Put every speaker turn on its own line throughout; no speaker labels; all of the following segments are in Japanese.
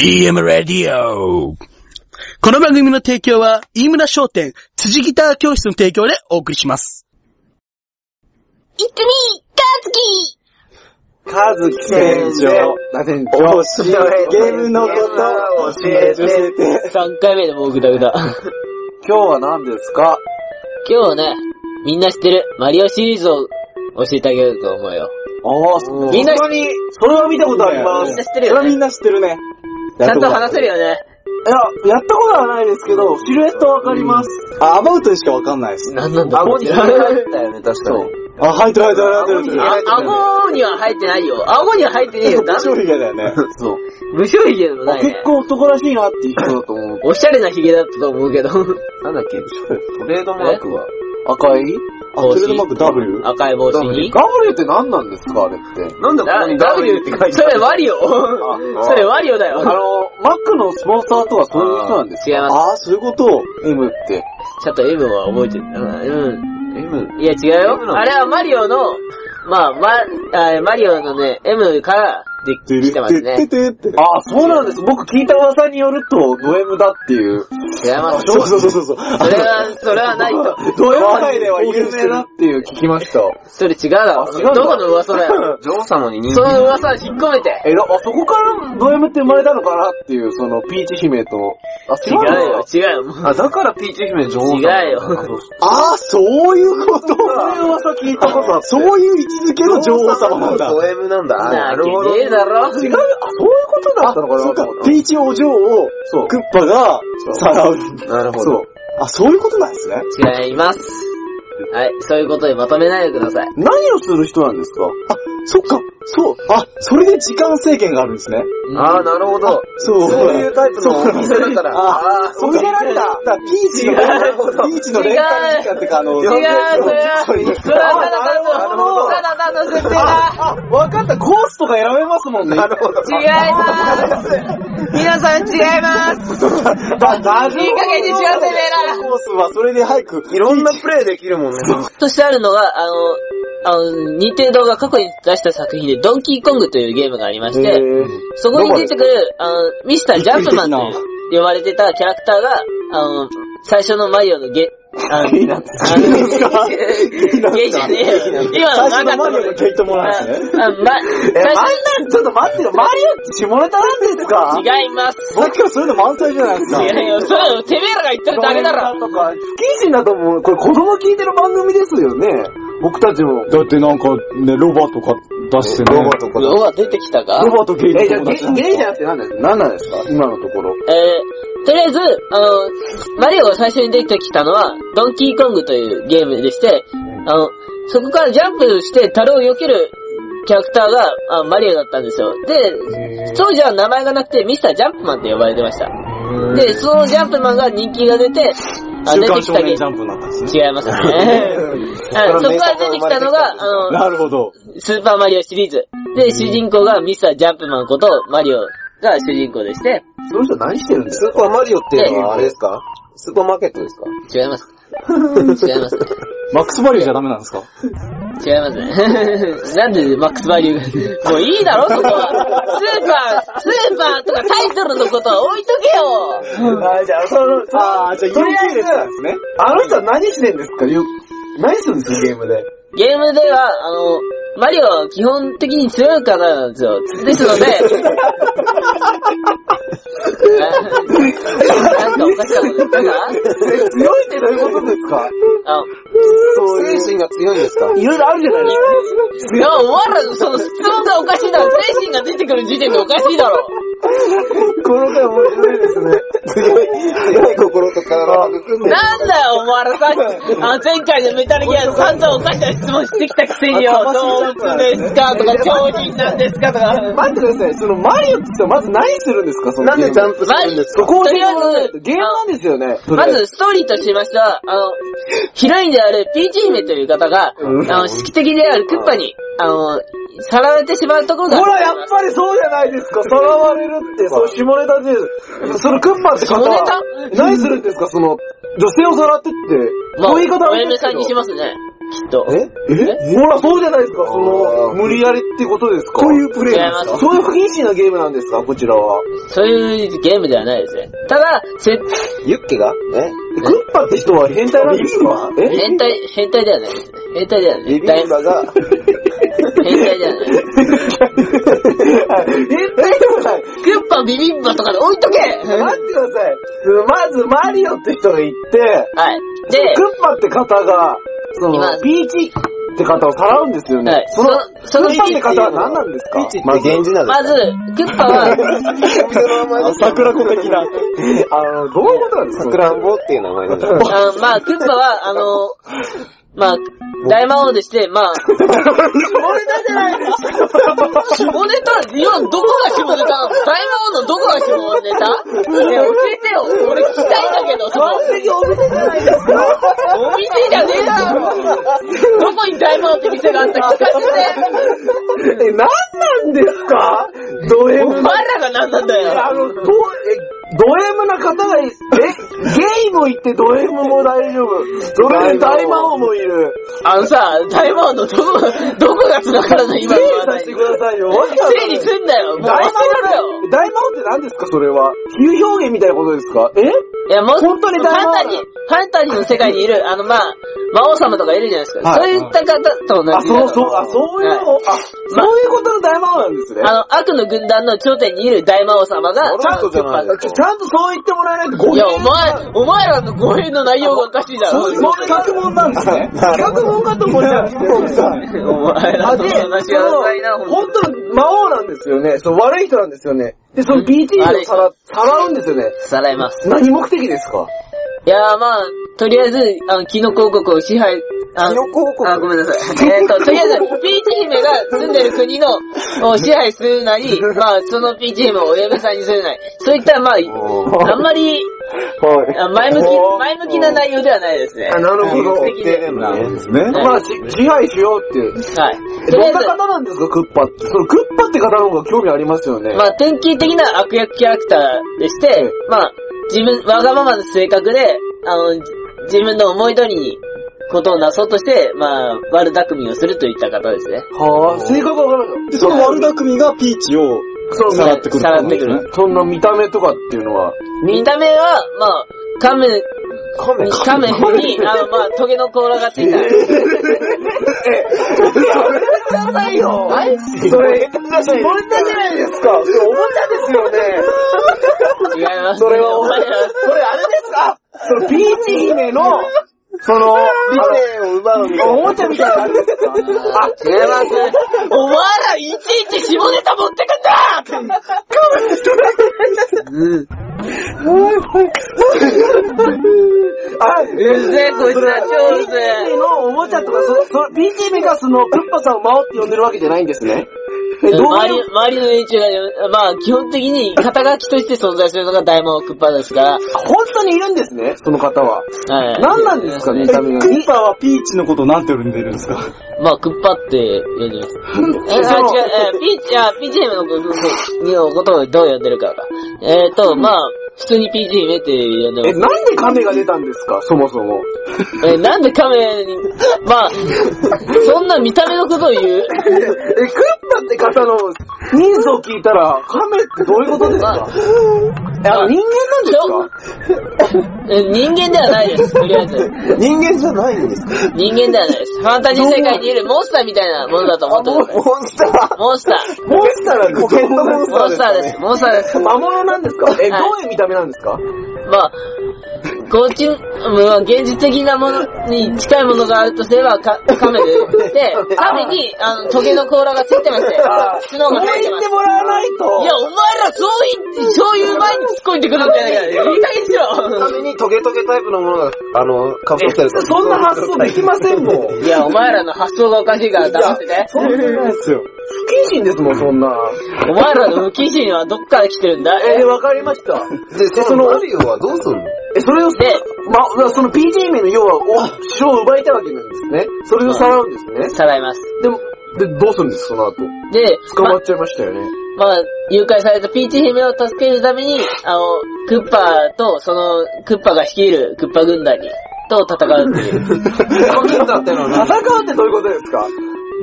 EM ラディオ
この番組の提供は、飯村商店、辻ギター教室の提供でお送りします。
いつに、かずき
カズキ船長。教え、ゲームのこと教えて。
3回目でもうグダグ ダ。
今日は何ですか
今日はね、みんな知ってるマリオシリーズを教えてあげようと思うよ。
ああ、
みんな
それそれは見たことあります。
みんな知ってるよね
それはみんな知ってるね。
ちゃんと話せるよね。
いや、やったことはないですけど、シルエットわかります。あ、アバウトにしかわかんないです。
なんなんだ
顎に入ったよね、確かに。
あ、入ってる入ってる入ってる入ってる。
あ顎には入ってないよ。顎には入ってねえよ。だ
無性髭だよね。
そう。
無性髭でもないね
結。構男らしいなっていう人だと 思う。
おしゃれな髭だったと思うけど。
なんだっけ、トレードマークは。
赤いあ、
帽子
それでうまく W?
赤い帽子に。
ガブリって
何なんですかあれって。
なんだここに W って書いて
それワリオ。それワリオだ
あの、
よ。
マックのスポンサーとかそういう人なんです
違います。
ああ、そういうことを M って。
ちゃんと M は覚えてる。うん。
M。
いや違うよ
M。なの
あれはマリオの、まあ、ま、あマリオのね、M からできてますね。
てってって。ああ、そうなんです。僕聞いた噂によると、ド M だっていう。
違います。
そうそうそうそう。それ
それは、それはないと。
ド M 界では有名だっていう聞きました。
それ違うだろ。
あ違うんだ
どこの噂だよ。
女王様に人
そ
気。
の噂を引っ込めて。
え、だあそこからド M って生まれたのかなっていう、その、ピーチ姫と。あ、
違うよ、違うよ。もう
あ、だからピーチ姫女王様。
違うよ
あの
ああ、そういうことそういう噂聞いたことあそういう位置づけの女王様なんだ。
ド M なんだ。あ
なわけねえだ
違う、
ろ。
あ、そういうことだったのかな
あそうか
ピーチお嬢を、クッパが、さらう。
なるほ
そう
ど。。
あ、そういうことなんですね。
違います。はい、そういうことでまとめないでください。
何をする人なんですかあ、そっか、そう、あ、それで時間制限があるんですね。
あー、なるほど。
そう。
そういうタイプのお店だから。
ああ、そうられた。だからピーチの、ピーチのレンタル時間ってか、あの、
違う、それは、そ
そう
れ
いう
はただ
あ
単
なるほ
の、
ど
ただ単の設定だ。
あ、あわかった、コースとか選べますもんね。なるほど。
違います。皆さん違います。
だ、だ
いい加減にしなさいね
コースは、それで早く、
いろんなプレイできるもんね。
としてあるのが、あの、あの、任天堂が過去に出した作品で、ドンキーコングというゲームがありまして、そこに出てくる、あの、ミスタージャンプマンと呼ばれてたキャラクターが、あの、最初のマリオのゲ、あの、
いいなって
あのゲじゃねえよ。今の
最
な
初
か
のマリ
った
オの毛糸もらうんですね。
あ、あま、
え、マ
最
リ
初
オ、ちょっと待ってよ、マリオって下ネタなんですか
違います。
僕はそういうの満載じゃないですか。
違うよ、それはてめえらが言ってるだけだろ。
とか、不謹慎だと思う。これ子供聞いてる番組ですよね。僕たちも。
だってなんかね、ロバとか出してね。
ロバとか。
うわ、出てきたか
ロバとゲイ
え、じゃあ
とか
ゲ
出
イ
し
じ
て
ゃ
ない
なく
ですか。
て何だよ。
何なんですか今のところ。
えー、とりあえず、あの、マリオが最初に出てきたのは、ドンキーコングというゲームでして、あの、そこからジャンプして樽を避けるキャラクターがあマリオだったんですよ。で、当時は名前がなくてミスタージャンプマンって呼ばれてました。で、そのジャンプマンが人気が出て、あ
週
出て
刊
き
少
た
年
ゲ
ジ
ー
ャ
ム。
ンプになったんですね。
違 いますね。あそこから出てきたのが、あの、
なるほど。
スーパーマリオシリーズ。で、主人公がミスタージャンプマンことマリオが主人公でして、
その人何してるんですかスーパーマリオっていうのはあれですかスーパーマーケットですか
違います。違います。
マックスバリューじゃダメなんですか
違いますね。 なんでマックスバリューが。もういいだろ、そこは。スーパー、スーパーとかタイトルのことは置いとけよ。
あ、じゃあ、その、あ、じゃあ、とりあえず、あの人は何してんですかよ何するんですかゲームで。
ゲームでは、あの、マリオは基本的に強い方なんですよ。ですので、
強
なんかおかしかったですか
いってどういうことですか
あの、
そう
精神が強いんですか
いろいろあるじゃないですか。
いや、お前ら、その質問がおかしいだろ。精神が出てくる時点でおかしいだろ。
この回面白いですね。
強い、強い心と体を育んでる。
なんだよ、お前らさっき、あの前回のメタルギアの散々おかしな質問してきたくせによ、
頭
動
真っ
物
白
ですかとか、超人なんですかとか。
待ってください。そのマリオってさ、まず何するんですかその
なんでジャン
プ
プするんです
そ
か
こを
と
教え
り
て
あえ
もらわないと
ず
ゲームなんですよね。
まず、ストーリーとしましては、あの、ヒロインであるピーチ姫という方が、
うん
あの、宿敵であるクッパに、あの、さらわれてしまうところが
ほら、
あ
やっ
ります。
ぱりそうじゃないですか。さらわれるって、そう、下ネタで、そのクッパって方は
下ネ、タ
何するんですかその、女性をさらってって、
まあ
そういう言い方
お
は
嫁さんにし
ま
ますね。きっと。
え
えほら、そうじゃないですか、その、無理やりってことですか
そういうプレイなんです
違いま
か
す
そういう不謹慎なゲームなんですかこちらは。
そういうゲームではないですね。ただ、せ
ユッケがえクッパって人は変態なんですかえ
変態、変態ではないですね。変態ではない。
ビビンバが、変
変態では ない。
態でもない
クッパビビンバとかで置いとけは
待ってください。まず、マリオって人が言って、
い。で、
クッパって方が、そ
いま
の、
す
ピーチって方をさらうんですよね。
はい
その、
その
クッパって方は何なんですか
ピーチってまあ源氏なんです
まず、クッパは、
桜子的な。
あの、どういうことなんですか
桜んぼっていう名前なんだ。
あまあ、クッパは、あの、まあ、大魔王でして、まあ、下ネタじゃない下ネタ今どこが下ネタなの大魔王のどこが下ネタねえ教えてよ俺聞きたいんだけど、そのお店じゃねえだろどこに大魔王って店があったか聞かせ て
え、何なんですかド M
お前らが何なんだ
え
よ
あの、どう、え、ド M な方がい、え、ゲイもいてド M も大丈夫。ド M 大魔王もいる。
あのさ、大魔王のどこ、どこが繋がるの今
整
の
理
話
させてくださいよ。わけわかんな
整
い
理すんだよもう忘れ
大魔王だ
ろよ
よ。大魔王って何ですかそれは。比喩表現みたいなことですかえ
いや、もう、
本当に大魔王
ハンターに、ハンターにの世界にいる、あの、まあ、魔王様とかいるじゃないですか。
はい
そういった方と同じだ
あ、そうそう、あ、そういうの、あ、そういうことの大魔王なんですね。
あの、悪の軍団の頂点にいる大魔王様が、
ちゃんとじゃないですか。ちゃんとそう言ってもらえないと語
い
弊
や、お前、お前らの語弊の内容がおかしいだろ。
そう、そう、企画もんなんですね。企画もんかと思っちゃう。
お前ら
あ、
の
で、
話が浅いな、
その、本当の魔王なんですよね。そう、悪い人なんですよね。で、その BT をさら、さらうんですよね。
さらいます。
何目的ですか
いやー、まあ、とりあえず、あの、キノコ王国を支配、あ
キノコ王国
あ、ごめんなさい。えっと、とりあえず、ピーチ姫が住んでる国の、を支配するな り、まあ、そのピーチ姫をお嫁さんにするなり、そういった、まあ、あんまり、あ前向き、 前向きな内容ではないですね。
あ、なるほど。
目的で。
なるほどですね。
まあ、し支配しようっていう。
はい。と
ど
りあえ
んな
ず、
方なんですか、クッパって。そのクッパって方の方が興味ありますよね。
まあ、典型的な悪役キャラクターでして、まあ、自分、わがままな性格で、あの、じ自分の思い通りに、ことをなそうとして、まあ、悪巧みをするといった方ですね。
はぁ、性格わからない。
で、その悪巧みがピーチを
そう
さらってくる。
さらってくる。
そんな見た目とかっていうのは。
見た目は、まあ、カメ、
カメ
カメに、あの、まあ、トゲの甲羅がついた。
やめなさいよそれ、下ネタじゃないですかそれおもちゃですよね
違います。
それはお
お
前ら
前ら、
それあれですかそのピーチ姫の、その、
を奪うみ
おもちゃみたいなのあるんですかあ、
違います。お前ら、いちいち下ネタ持ってくんだ
あ、
うるせえ、こいつら超うるせえ
BGM のおもちゃとか、そその BGM がその、クッパさんを魔王って呼んでるわけじゃないんですね。え、どう
周
い
り
う、
周りの連中が、まあ、基本的に肩書きとして存在するのが大魔王クッパですから、
本当にいるんですね、その方は。
はい。
何なんですかね、見
え
た目が。
クッパはピーチのことをなんて呼んでるんですか
まあ、クッパって呼んでます。え、あ、違う、え、ピーチ、あ、ピーチ姫のことをどう呼んでるかか。えっ、ー、と、まあ、普通にピーチ姫って呼んで
え、
ます。
なんで亀が出たんですか、そもそも。
え、なんでカメに、まあ、そんな見た目のことを言う
え、クッパって方の人数を聞いたら、亀ってどういうことですかえ、あの人間なんですか
え人間ではないです、とりあえず。
人間じゃないんですか
人間ではないです。ファンタジー世界にいるモンスターみたいなものだと思ってください。
モンスター
モンスター。
モンスターなんですかポケットモン
モンスターです。モンスターです。
魔物なんですかえ、どういう見た目なんですか
まあ、こっち、まあ、現実的なものに近いものがあるとすれば、かカメで、 で、カメに、あの、時計の甲羅がついてまして、角が生えて
言
ま
って
す。
もらわない
いや、
と、
お前ら、そうい、そういう前に突っ込んでくるんじゃないから、いい加減にしろ。
にトゲトゲタイプのものが、あの、かぶってる
そんな発想できませんもん。
いや、お前らの発想がおかしいから黙ってて。
そんな、
ですよ。
不謹慎ですもん、そんな。
お前らの無機心はどっから来てるんだ
えー、わかりました。
で、そのマリオはどうすんの
え、それを、
で、
ま、その PG 名の要は、お、主を奪いたいわけなんですね。それをさらうんですね。
さらいます。
でも、で、どうするんです、その後。
で、
捕まっちゃいましたよね。
まあ、誘拐されたピーチ姫を助けるために、あの、クッパと、その、クッパが率いるクッパ軍団に、と 戦うっていう。
コキンザってのは戦うってどういうことですか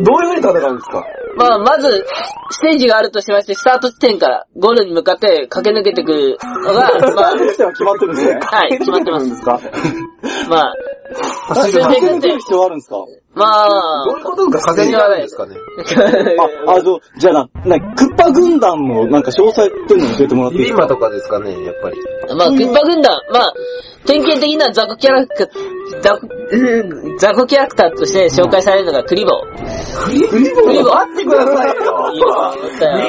どういう風に戦うんですか
まあ、まず、ステージがあるとしまして、スタート地点からゴールに向かって駆け抜けてくるのが、 まあ、
ては決まってるんですね。
はい、決まってます。
ですか
まあ、
走
進んでいくっ
っててる必要あるんですか
まあ
どう、いうことですか
風になるんです
かね。
あ、あ、そう、じゃあな、な、クッパ軍団のなんか詳細っていうのを教えてもらっていいですか
とかですかね、やっぱり。
まあ、クッパ軍団、まあ、典型的な雑魚キャラクター、雑魚キャラクターとして紹介されるのがクリボー。
クリボーが待ってくださいよ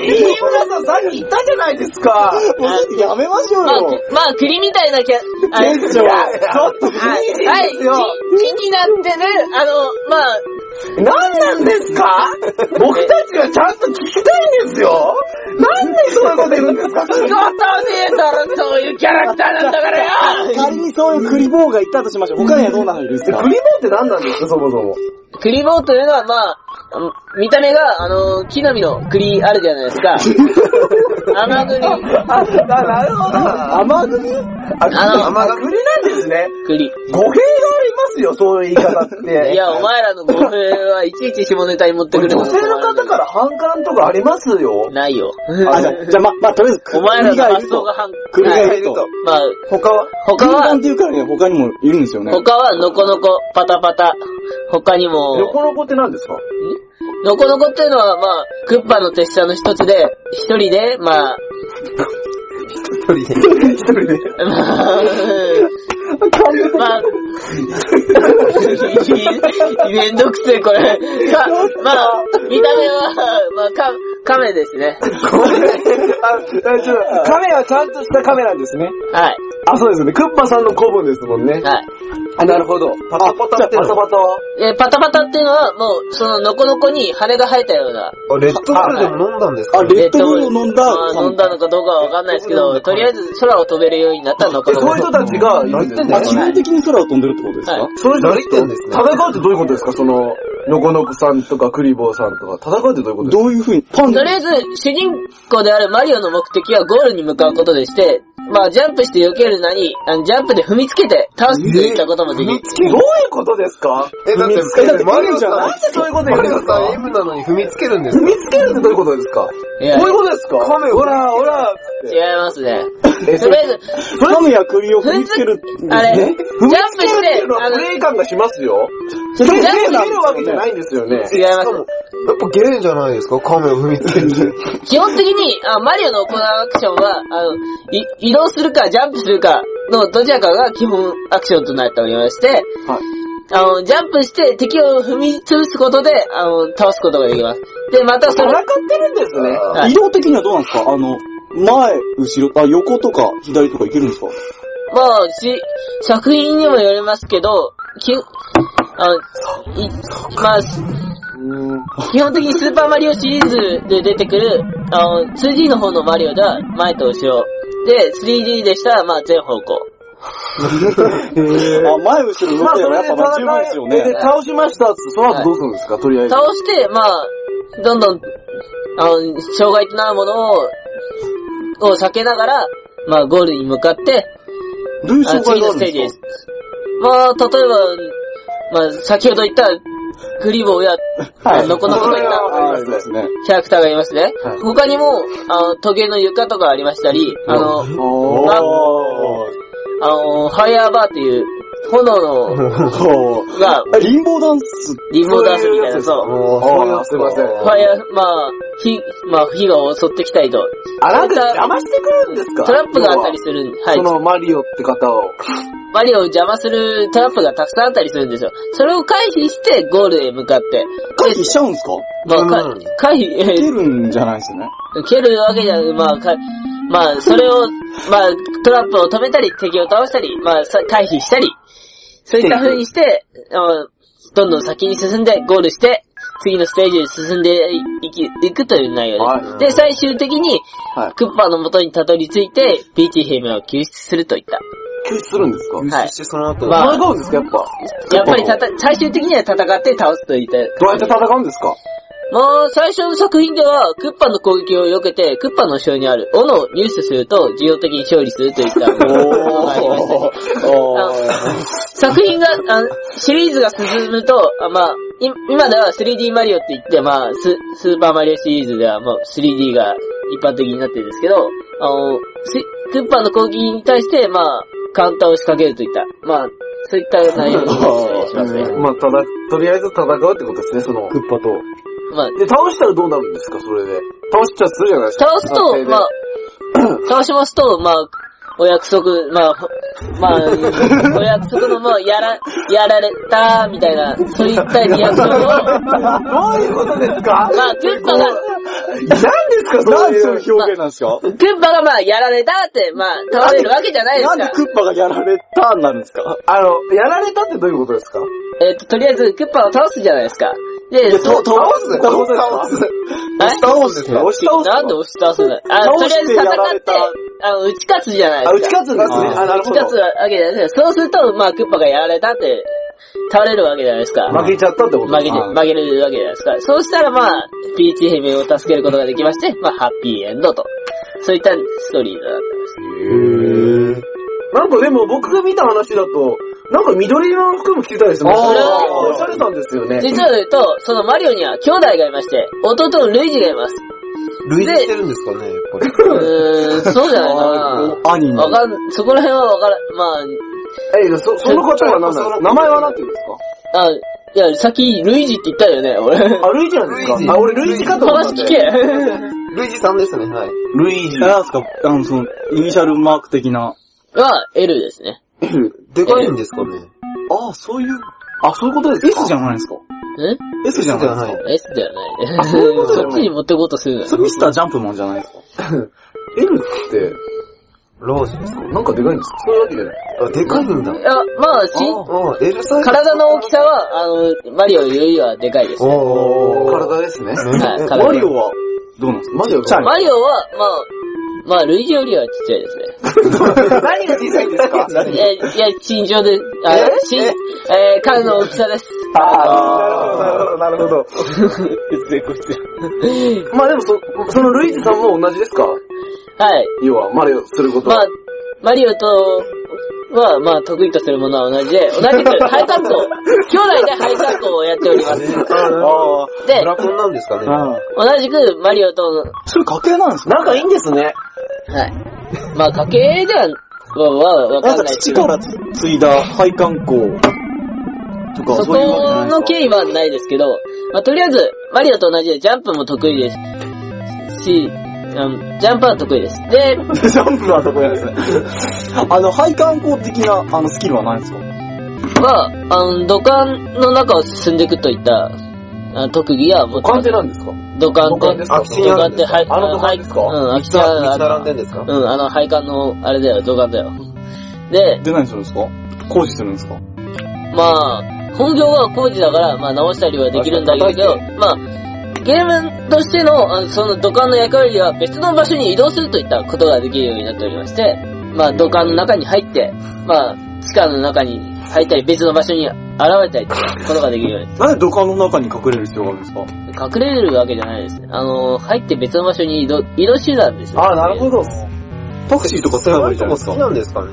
飯村さんさっき言ったじゃないですか
もうやめましょう
まあ、
よ。
くまあ、栗みたいなキャラ、あれ
店長、ちょっと、
はい、はい、木になってね、あの、まあ、
何なんですか僕たちがちゃんと聞きたいんですよなんでそんなこと言うんですか
仕事ねえだろ、そういうキャラクターなんだからよ
仮にそういうクリボーがいたとしましょう。他にはどうなるんですか
クリボーって何なんですかそもそも。
クリボーというのは、まあ、あの見た目が、あの、木の実の栗あるじゃないですか。甘栗、
あ、なるほど。甘栗
あの
あ、甘栗なんですね。
栗。
語弊がありますよ、そういう言い方って。
いや、お前らの語弊はいちいち下ネタに持ってくる
女性の方から反感とかありますよ。
ないよ。
あ、じゃあ、じゃあ、ま、まあ、とりあえず、
お前らの発想が反
栗がい
は
ると。
まあ、
他は
他
軍団
は
っ、ていうからね、他にもいるんですよね。
他は、ノコノコ、パタパタ。他にも、
横の子って何ですか
ノコノコっていうのは、まあ、クッパの手下の一つで、一人で、まあ、
一人で。一人で。
まあ、まあ、めんどくせえ、これ。さまあ、見た目は、まあ、カカメですね。
あ、ちょっと、カメはちゃんとしたカメなんですね。
はい。
あ、そうですよね。クッパさんの子分ですもんね。
はい。
あ、なるほど。パタパタってパタパタは
えーパタパタっていうのは、もう、その、ノコノコに羽が生えたような、
あ、レッドブルでも飲んだんです
あ、
か、
レッドブルを飲んだ
まあ、飲んだのかどうかはわかんないですけど、とりあえず空を飛べるようになったノコ
え、
ノ
そう
コ
いう。人たちが言ってんだ
あ、
よ
基本的に空を飛んでるってことですか、
はい
そういう人たち
成り立ってんですね
と戦うってどういうことですかその、ノコノコさんとかクリボーさんとか、戦うってどういうことですか
どういう風に、パン
とりあえず、主人公であるマリオの目的はゴールに向かうことでして、まあ、ジャンプして避けるなり、あのジャンプで踏みつけて倒すといったこともできる。
どういうことですか
え、だっ
見つけたって
て、マリオさん、
なんでそういうこと言うんで
マリ
す
オさん
か
M なのに踏みつけるんです
踏
か
みつけるってどういうことですかこ
いうや、
いうことですかカメほら、ほら、
違いますね。とりあえず、
カメや栗を
ふ
踏
ん
み
つ
つける。
あれ、ジャン
ね
プ
踏みつける
し
ってい
て
うの、
あ
は
の、
プレイ感がしますよ。
それ
プレイ
ゲー
で
なん
き
で
るわけじゃないんですよね。
違いま
しかも、やっぱゲーじゃないですかカメを踏みつけるって。
す。基本的に、あマリオの行うアクションは、あの、い移動するか、ジャンプするかのどちらかが基本アクションとなっておりまして、あの、ジャンプして敵を踏み潰すことで、あの、倒すことができます。で、またそ
戦
れ、
ってるんですね。
は
移
い、
動的にはどうなんですかあの、前、後ろ、あ、横とか左とかいけるんですか
まあ、し、作品にもよりますけど、き、あの、い、まあ、す基本的にスーパーマリオシリーズで出てくる、あの、2D の方のマリオでは前と後ろ。で、3D でしたら、まあ、全方向。
あ、前、後ろ、動
まあ、
け
そ
ば
れ
や
で
っぱ間違いですよ
戦い
ね
で。倒しましたっつってその後どうするんですかとりあえず。
倒して、まあ、どんどん、あの、障害となるものを、を避けながら、まあ、ゴールに向かって、
どういう
あ
障
次
害が
の
ある
ス
ん
テージ
で
ですす。まあ、例えば、まあ、先ほど言った、グリボーや、
か
あのノコノコといった
ありますね。
キャラクターがいますね。他にも、あの、トゲの床とかありましたり、あの、
お
ま
ー
ああの、ファイヤーバーっていう、炎の、
おー
が、
あリンボーダンス、
リンボーダンスみたいな、そう。
もう、
そういうやつすいません
ファイヤー、まあ、火、まあ、火が襲ってきたりと、
あ、なんか邪魔してくるんですか
トラップがあったりする、はい
そ。のマリオって方を。
マリオを邪魔するトラップがたくさんあったりするんですよ。それを回避して、ゴールへ向かって。
回避しちゃうんですか
まあ、か
うん
回避、え
出
ー
るんじゃないですね。
蹴るわけじゃなく、まあ、かまあ、それ を、まあ、トラップを止めたり、敵を倒したり、まあ、さ回避したり、そういった風にして、あのどんどん先に進んで、ゴールして、次のステージに進んでいき、いくという内容です。で、最終的に、
はい
クッパの元にたどり着いて、ピーチ姫を救出するといった。
救出するんですか
はい
そしてその後、
まあ
戦うんですかやっぱ。
やっぱりたた、最終的には戦って倒すといった。
どうやって戦うんですか
まあ、最初の作品では、クッパの攻撃を避けて、クッパの後ろにある斧を入手すると、自動的に勝利するといったも のがありましたね。あの作品が、あのシリーズが進むと、あまあ、い今では 3D マリオって言って、まあス、スーパーマリオシリーズではもう 3D が一般的になってるんですけど、あの、スクッパの攻撃に対して、まあ、カウンターを仕掛けるといった、まあ、そういったようなようなをしますね。
まあ、ただ、とりあえず戦うってことですね、その。
クッパと。
まあ、
で、倒したらどうなるんですか、それで。倒しちゃするじゃないですか。
倒す
撮
と、
影で
まあ、倒しますと、まあ、お約束、まあ、ほ まあ、お約束の、まあ、やら、やられた、みたいな、そういったリアクショ ンを、ま
どういうことですか
あ、クッパが、
何ですか、そ
なん
う
でそう
いう。
いう表現なんですか
クッパがまあ、やられたって、まあ、倒れるわけじゃないで
な
す
ん
か
で。クッパがやられたんなんですか
あの、やられたってどういうことですか
えっと、とりあえず、クッパを倒すじゃないですか。で、そう、
倒
す倒す倒す
はい
倒すですか
倒した
なんで押し倒すんだあ、
倒
とりあえ
し
ず
てや
戦っ
られ
て
た、
あの、打ち勝つじゃないです
あ、
か。
打ち勝つんですね。
あ
あ、なるほ
打ち
ど。
勝つわけじゃないですか。そうすると、まあ、クッパがやられたって、倒れるわけじゃないですか。
負けちゃったってこと
曲げて、曲げれるわけじゃないですか。そうしたらまあ、ピーチ姫を助けることができまして、まあ、ハッピーエンドと。そういったストーリーだっ
なんかでも僕が見た話だと、なんか緑色の服も着てたりしてましたね。
あー
結構おしゃれなんですよ
た。
ね。
実は言うと、そのマリオには兄弟がいまして、弟のルイージがいます。
類似してるんですかね、やっぱり。
うーん、そうじゃない か
兄に
な。。わかん、そこら辺はわから、ま
え、そ、その方は何なの名前は何て言うんです
あ、あ、いや、さっきルイージって言ったよね、俺。
かあ、ルイージなんです
ルイー
か
ジ
あ、俺ルイージかと思っ
話
たんで
聞け。
類似さんですね、はい。
ルイージ。
なんですかあの、その、イニシャルマーク的な。
は、L ですね。
でかいんですかね。
ああ、そういう、
あ、そういうことですか
S じゃないんですか
ん
?S じゃ
で
ないん
は
です
な
か
?S で
い。
はないね。 そっちに持ってこうとするな
それミスタージャンプマンじゃない ですか
?L って、
ラージですか
なんかでかいんですかそういうわけじゃない。
あ、でかいんだ。
いや、まあ、しん、
あ、L サイズ。
体の大きさは、あの、マリオよりはでかいです。
おー。
体ですね。
はい体
マリオは、どうなんですか
マジで
ちゃい
マリオは、まあ、まあ、ルイージよりはちっちゃいですね。
何が小さいんです か
いや、いや、身長で、あ、身、えー、彼の大きさです。
あー、なるほど、なるほど、なるほど。まあでもそ、そのルイージさんも同じですか
はい。
要は、マリオすること
ま
は
あ。、マリオと、は、まあ、得意とするものは同じで、同じく、ハイカット、兄弟でハイカットをやっており ます。
あ
で
ブ、ラコンなんですかね。
あ。
同じく、マリオとの、
それ家系なんですか
仲いいんですね。
はい。まあ、家系では、は、は、わ
な
か
ん
ん
か
ない
父から継いだ配管工とか、
そ
そういう
この
わけじゃないですか
経緯はないですけど、まあ、とりあえず、マリオと同じでジャンプも得意ですし、うんジャンプは得意です。で、
ジャンプは得意ですね。あの、配管工的な、あの、スキルはないんですか
は、あの、土管の中を進んでいくといった、あ特技は持って
関
ます
係。なんですか
土管って、
土管ですか
空き地にあるんですか
はい、
あの土管ですか
はいうん、空き地に
道
ある
並んでんですか
うん、あの、配管の、あれだよ、土管だよ。で、
で、何するんですか工事するんですか
まあ、本業は工事だから、まあ直したりはできるんだけど、まあ、ゲームとしての、あのその土管の役割は別の場所に移動するといったことができるようになっておりまして、まあ土管の中に入って、まあ地下の中に入ったり別の場所に現れたりということができるようになっ
なんで土管の中に隠れる必要があるんですか
て、隠れるわけじゃないですね。あの、入って別の場所に移動、移動手段ですよ。
あー、なるほど。
タクシーとか使えばいいじゃないです
好き
か。
なんですかね。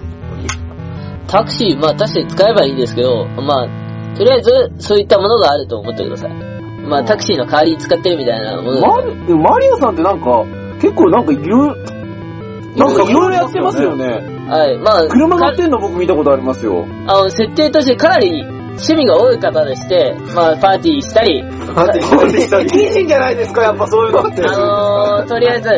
タクシー、まあ確かに使えばいいですけど、まあ、とりあえずそういったものがあると思ってください。まあタクシーの代わりに使ってるみたいなものです
マリでもマリオさんってなんか、結構なんかいろいろ、なんかいろいろやってますよね。
はい、まあ、
車乗ってんの僕見たことありますよ。
あの、設定としてかなり趣味が多い方でして、まあ、パーティーしたり、
美人じゃないですか、やっぱそういうのって。
あのー、とりあえず、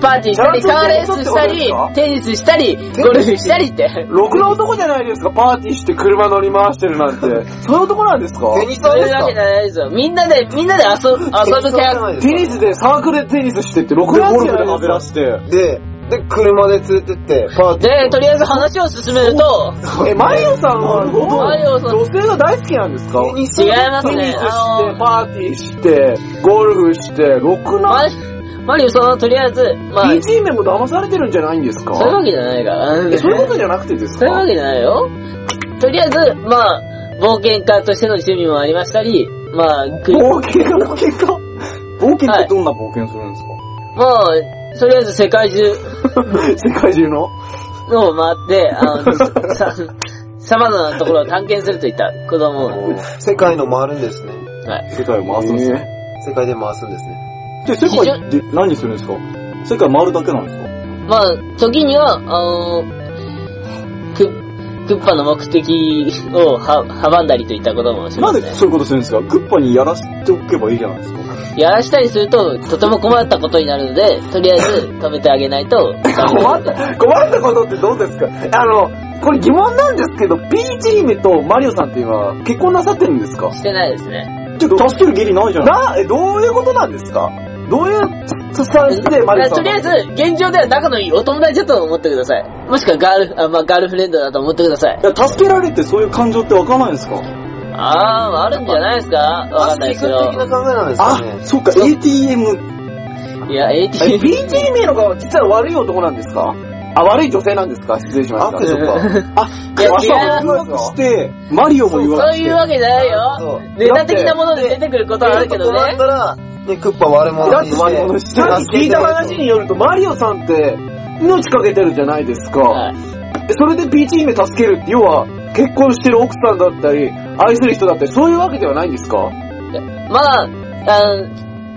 パーティーし
ち
たり、
ゃんと
カーレースした
仕
り
事ってことですか、
テニスしたり、ゴルフしたりって。
ろくな男じゃないですか、パーティーして車乗り回してるなんて。 そういうとこなんですか
テニス
そ
さ
うんいう
です
わ
か
けじゃないですよ。みんなで、みんなで遊ぶ、遊ぶキャラ
テニスでサークルでテニスしてって、ろくな
ゴル
男じゃ
フ
な
で
いです
はべ。
から
して。
で、で、車で連れてって、パーティー
で、とりあえず話を進めると、
え、マリオさんはご
マリオさん
女性が大好きなんですかテニス
違いますね
して、
あのー
パーティーして、ゴルフして、ろくな
マリマリオさんはとりあえず、まあ
P、チームも騙されてるんじゃないんですか
そういうわけじゃないから。
えそういうことじゃなくてです
そ
か
ういうわけじゃないよ。とりあえず、まあ、冒険家としての趣味もありましたり、まあ、く
冒険家の結果
冒険ってどんな冒険するん ですか、
もう、とりあえず世界中
世界中の
を回って、あの、さ、 様々なところを探検するといった子供を、
世界の回るんですね。
はい。
世界を回すんですね。
世界で回すんですね。
で、世界で何するんですか世界回るだけなんですか
まあ、時には、あの、ククッパの目的をは阻んだりといったこともしま
なん
す
で
ね。
そういうことするんですかクッパにやらせておけばいいじゃないですか。
やらしたりすると、とても困ったことになるので、とりあえず止めてあげないと、
困った、困ったことってどうですかあの、これ疑問なんですけど、ピーチ姫とマリオさんって今、結婚なさってるんですか
してないですね。
ちょっと助ける義理ないじゃない
な、え、どういうことなんですかどういう、ささしてマリオさ
と
ん
りあ
は
えず、現状では仲のいいお友達だと思ってください。もしくはガール、あまあ、ガールフレンドだと思ってください。
いや、助けられてそういう感情ってわかんないんですか
あー、あるんじゃないですかわかんないですけど
的。な考えなんですか
あ、
ね。
そっか、ATM。
いや、
え、
ATM。
ピーチ姫の方が実は悪い男なんですかあ、悪い女性なんですか失礼しま
あ
し。
ったてそっか。
い
朝
や、違う。
音楽して、マリオも言わ
そ
な
う
く
いう
て。
わけじゃないよ。
そう。
ネタ的なもので出てくることはあるけど
そうなっ
ね
た。ら、ね、クッパ悪者
だっ
に
て、
して。
さっき聞いた話によると、マリオさんって、命かけてるじゃないですか。
はい
それでピーチ姫助けるって、要は、結婚してる奥さんだったり、愛する人だったり、そういうわけではないんですか
まあ、あの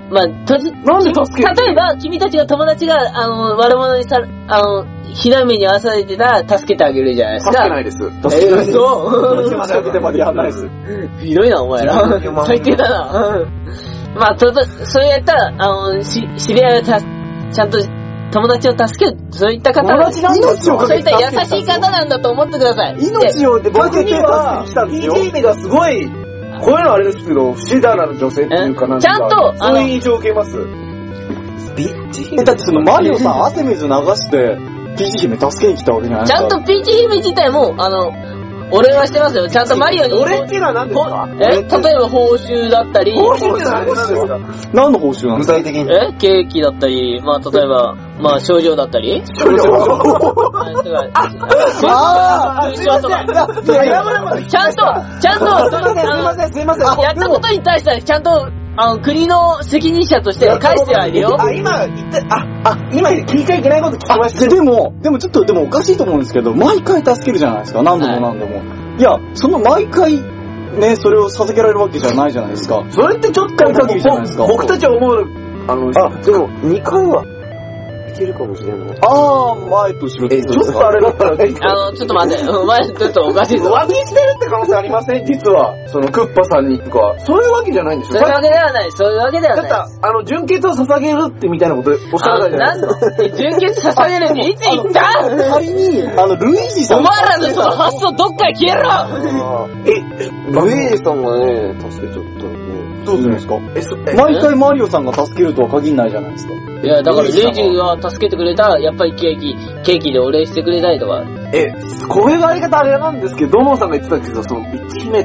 まあ、とじ、
なんで助ける
例えば、君たちが友達が、あの、悪者にさ、あの、ひどい目に遭わされてたら、助けてあげるじゃないです
助
か。
けないです。
え ー、嘘
仕掛けてまでやんないです。
ひどいな、お前ら。
自分の
最低だな。うんまあ、とと、そうやったら、あの、し、知り合いをた、ちゃんと、友達を助ける、そういった方
友達なんだ
そういった優しい方なんだと思ってください。
命をで、
僕
分け
に
て
は、
助けに来たんですよ。
PG メがすごい、こういうのあれですけど、不思議だな女性っていうかなんか、
えちゃんとあ
そ
の
ういう印象を受けます。
え、だってそのマリオさん汗水流して、ピーチ姫助けに来たわけじゃない
ちゃんとピーチ姫自体も、あの、お礼はしてますよ。ちゃんとマリオに。
俺っていうのは何です
ほ
か
え例えば報酬だったり、
報酬って何ですか
何の報酬なんで
具
すか
体的に。
えケーキだったり、まあ例えば、まあ症状だったり。ああ、すいません。
いややばいやばい
ちゃんと、ちゃんと、あの
すいません、すいません。
やったことに対してはちゃんと、あの、国の責任者として返してあげるよ。
あ、今言って、あ、あ、今聞いちゃいけないこと聞きまし
ででも、でもちょっと、でもおかしいと思うんですけど、毎回助けるじゃないですか、何度も何度も。い、や、その毎回、ね、それを授けられるわけじゃないじゃないですか。
た。それってちょっと
限りじゃないですか
僕たちは思う、あの、
あ、でも、2回はいけるかもしれない。
あー、前と後ろ
え
で
ち
ちょっとあれだった ら、
あの、ちょっと待って、お前ちょっとおかしいぞ。
浮気してるって可能性ありません実は。そのクッパさんにとか。そういうわけじゃないんでし
そう
ょ
いうわけではない、そういうわけでは
だ
な
っ
い。
て、あの、純血を捧げるってみたいなことおっしゃらないじゃないですか。
なんで純血捧げるっていつ言った
仮に、あの、ルイージさん
お前らのその発想どっから消えろ
ルイージさんがね、助けちゃったんで。
どうするんですか
えそえ
毎回マリオさんが助けるとは限らないじゃないですか。
いや、だからレイジが助けてくれた、やっぱりケーキ、ケーキでお礼してくれたりとか。
え、これがあり方あれなんですけど、ドモンさんが言ってたけど、その、一姫、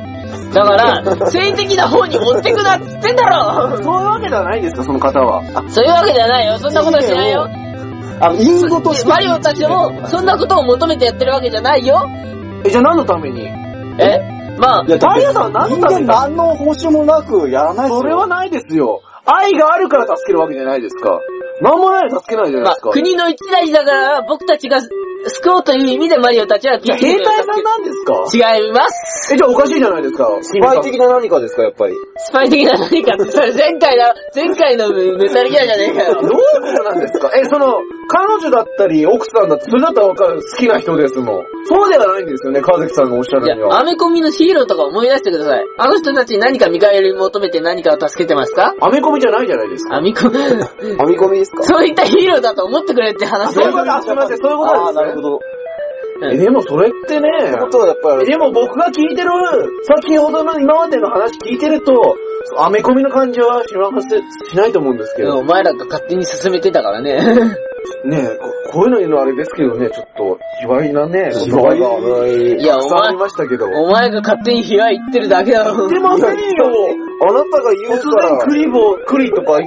だから、 性的な方に持ってくなっつってんだろ
そういうわけではないんですか、その方は。あ、
そういうわけじゃないよ。そんなことしないよ。
あの、インゴとして。
マリオたちも、そんなことを求めてやってるわけじゃないよ。
え、じゃあ何のために
えまあ
い、や、だって
マリオさんは何の
人
ため
間
に
何の報酬もなくやらないですよ
それはないですよ。愛があるから助けるわけじゃないですか。なんもないら助けないじゃな
ま
い
あ
ですか。、
国の一大事だから、僕たちが救おうという意味でマリオたちはピ
じゃあ
ーチ
兵
姫を
隊
助
さんなんですか
け違います。
え、じゃあおかしいじゃないですか。ス
スパイ的な何かですか、やっぱり。
スパイ的な何かって、それ前回の、前回のメタルギアじゃねえか
どういう
よ。
ことなんですかえ、その、彼女だったり、奥さんだって、それだったらわかる。好きな人ですもん。そうではないんですよね、川崎さんがおっしゃ
い
るに
や、ア
は。
メコミのヒーローとか思い出してください。あの人たちに何か見返り求めて何かを助けてますか
アメコミじゃないじゃないですか。
アメコミ、
編み込みですか
そういったヒーローだと思ってくれって話
そう
だ
いうこ
よ。
と、あ、すみません、そういうこと
あ
な
あ、
ん
な
で
るほ
すね。
ど。
え、でもそれってね、
ことはやっぱり、
でも僕が聞いてる、先ほどの今までの話聞いてると、アメコミの感じはしなくて、しないと思うんですけど、
お前らが勝手に進めてたからね。
ねえ、ここういうの言うのあれですけどね、ちょっと、卑猥なね、
卑猥
猥
いや
たくさんありましたけど。
お前が勝手に被害言ってるだけだろ。
出ませんよ
あなたが言う
突
から
然、クリボー、クリとか、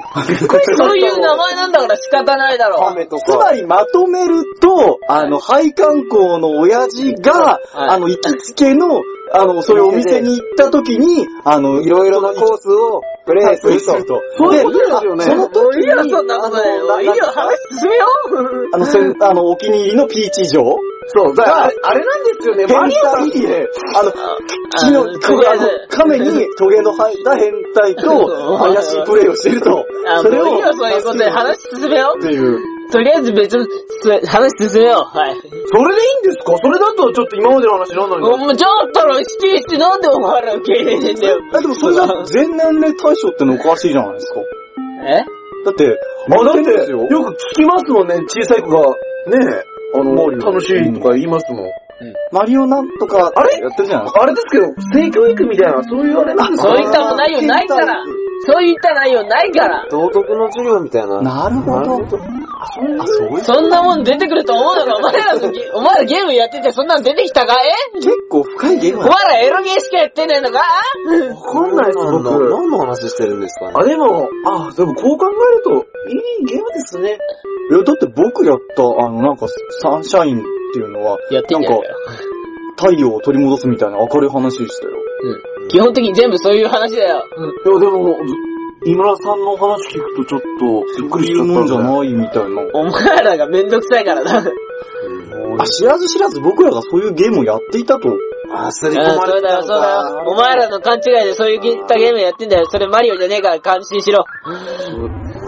そういう名前なんだから仕方ないだろ。
亀と
つ
か
ま、りまとめると、あの、配管工の親父が、
はい
あの、行きつけの
あの、そういうお店に行った時に、あの、
いろいろなコースをプレイすると。
そういうことですよね。その時に、
そんなことないよ。いいよ、話進めよう。
あの、せんあの、お気に入りのピーチ城
そう、だから、あれなんですよね、マリオさん。
いいね。あの、木の、
とりあえず
亀にトゲの生えた変態
そう
と、怪しいプレイをしてると
あ、。
そ
も
れ
ういい
を、
よ、そういうことで話進めよ
っていう。
う。とりあえず別に、話進めよう。はい。
それでいいんですかそれだとちょっと今までの話なんないの
もうちょっとの指揮してなんでお前ら受け入れねえんだよ。
あ、でもそれが全年齢対象ってのおかしいじゃないですか。
え
だって、
あ、だっ
満点
て、
です
よく聞きますもんね、小さい子が、ねあの、楽しいとか言いますもん。
マリオなんとか、
あれ
やってるじゃないですか。
あれですけど、性教育みたいな、そういうあれなんですか
そういった内容ないから。そういった内容ないから。
道徳の授業みたいな。
なるほど。あ、そういう。
そんなもん出てくると思うのか、お前らのゲ、お前らゲームやっててそんなの出てきたかえ
結構深いゲーム
お
なんだ
前らエロゲーしかやってねえのか
わかんないです、
何の
僕。
何の話してるんですかね
あ、でも、あ、でもこう考えると、いいゲームですね。
いや、だって僕やった、あの、なんか、サンシャインっていうのは、
やってんじゃねえかよ。
太陽を取り戻すみたいな明るい話でしたよ。
基本的に全部そういう話だよ。
いや、でも、井村さんの話聞くとちょっと、びっくりし
い
ちゃ
う
った
もん
ん
じ
じ
ゃ
ゃない
ないみたいな。
お前らがめんどくさいからな。
あ、知らず知らず僕らがそういうゲームをやっていたと。
あ、すり込
あ
ま
そう
れ
だ
た
よ、
の
そうだよ。お
か。
前らの勘違いでそういうゲゲームやってんだよ。それマリオじゃねえから感心しろ。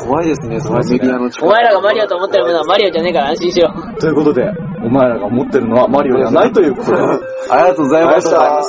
怖いですね、そのメディアの
お前らがマリオと思ってるものはマリオじゃねえから安心しろ。
ということで、お前らが持ってるのはマリオじゃないということで。
ありがとうございました。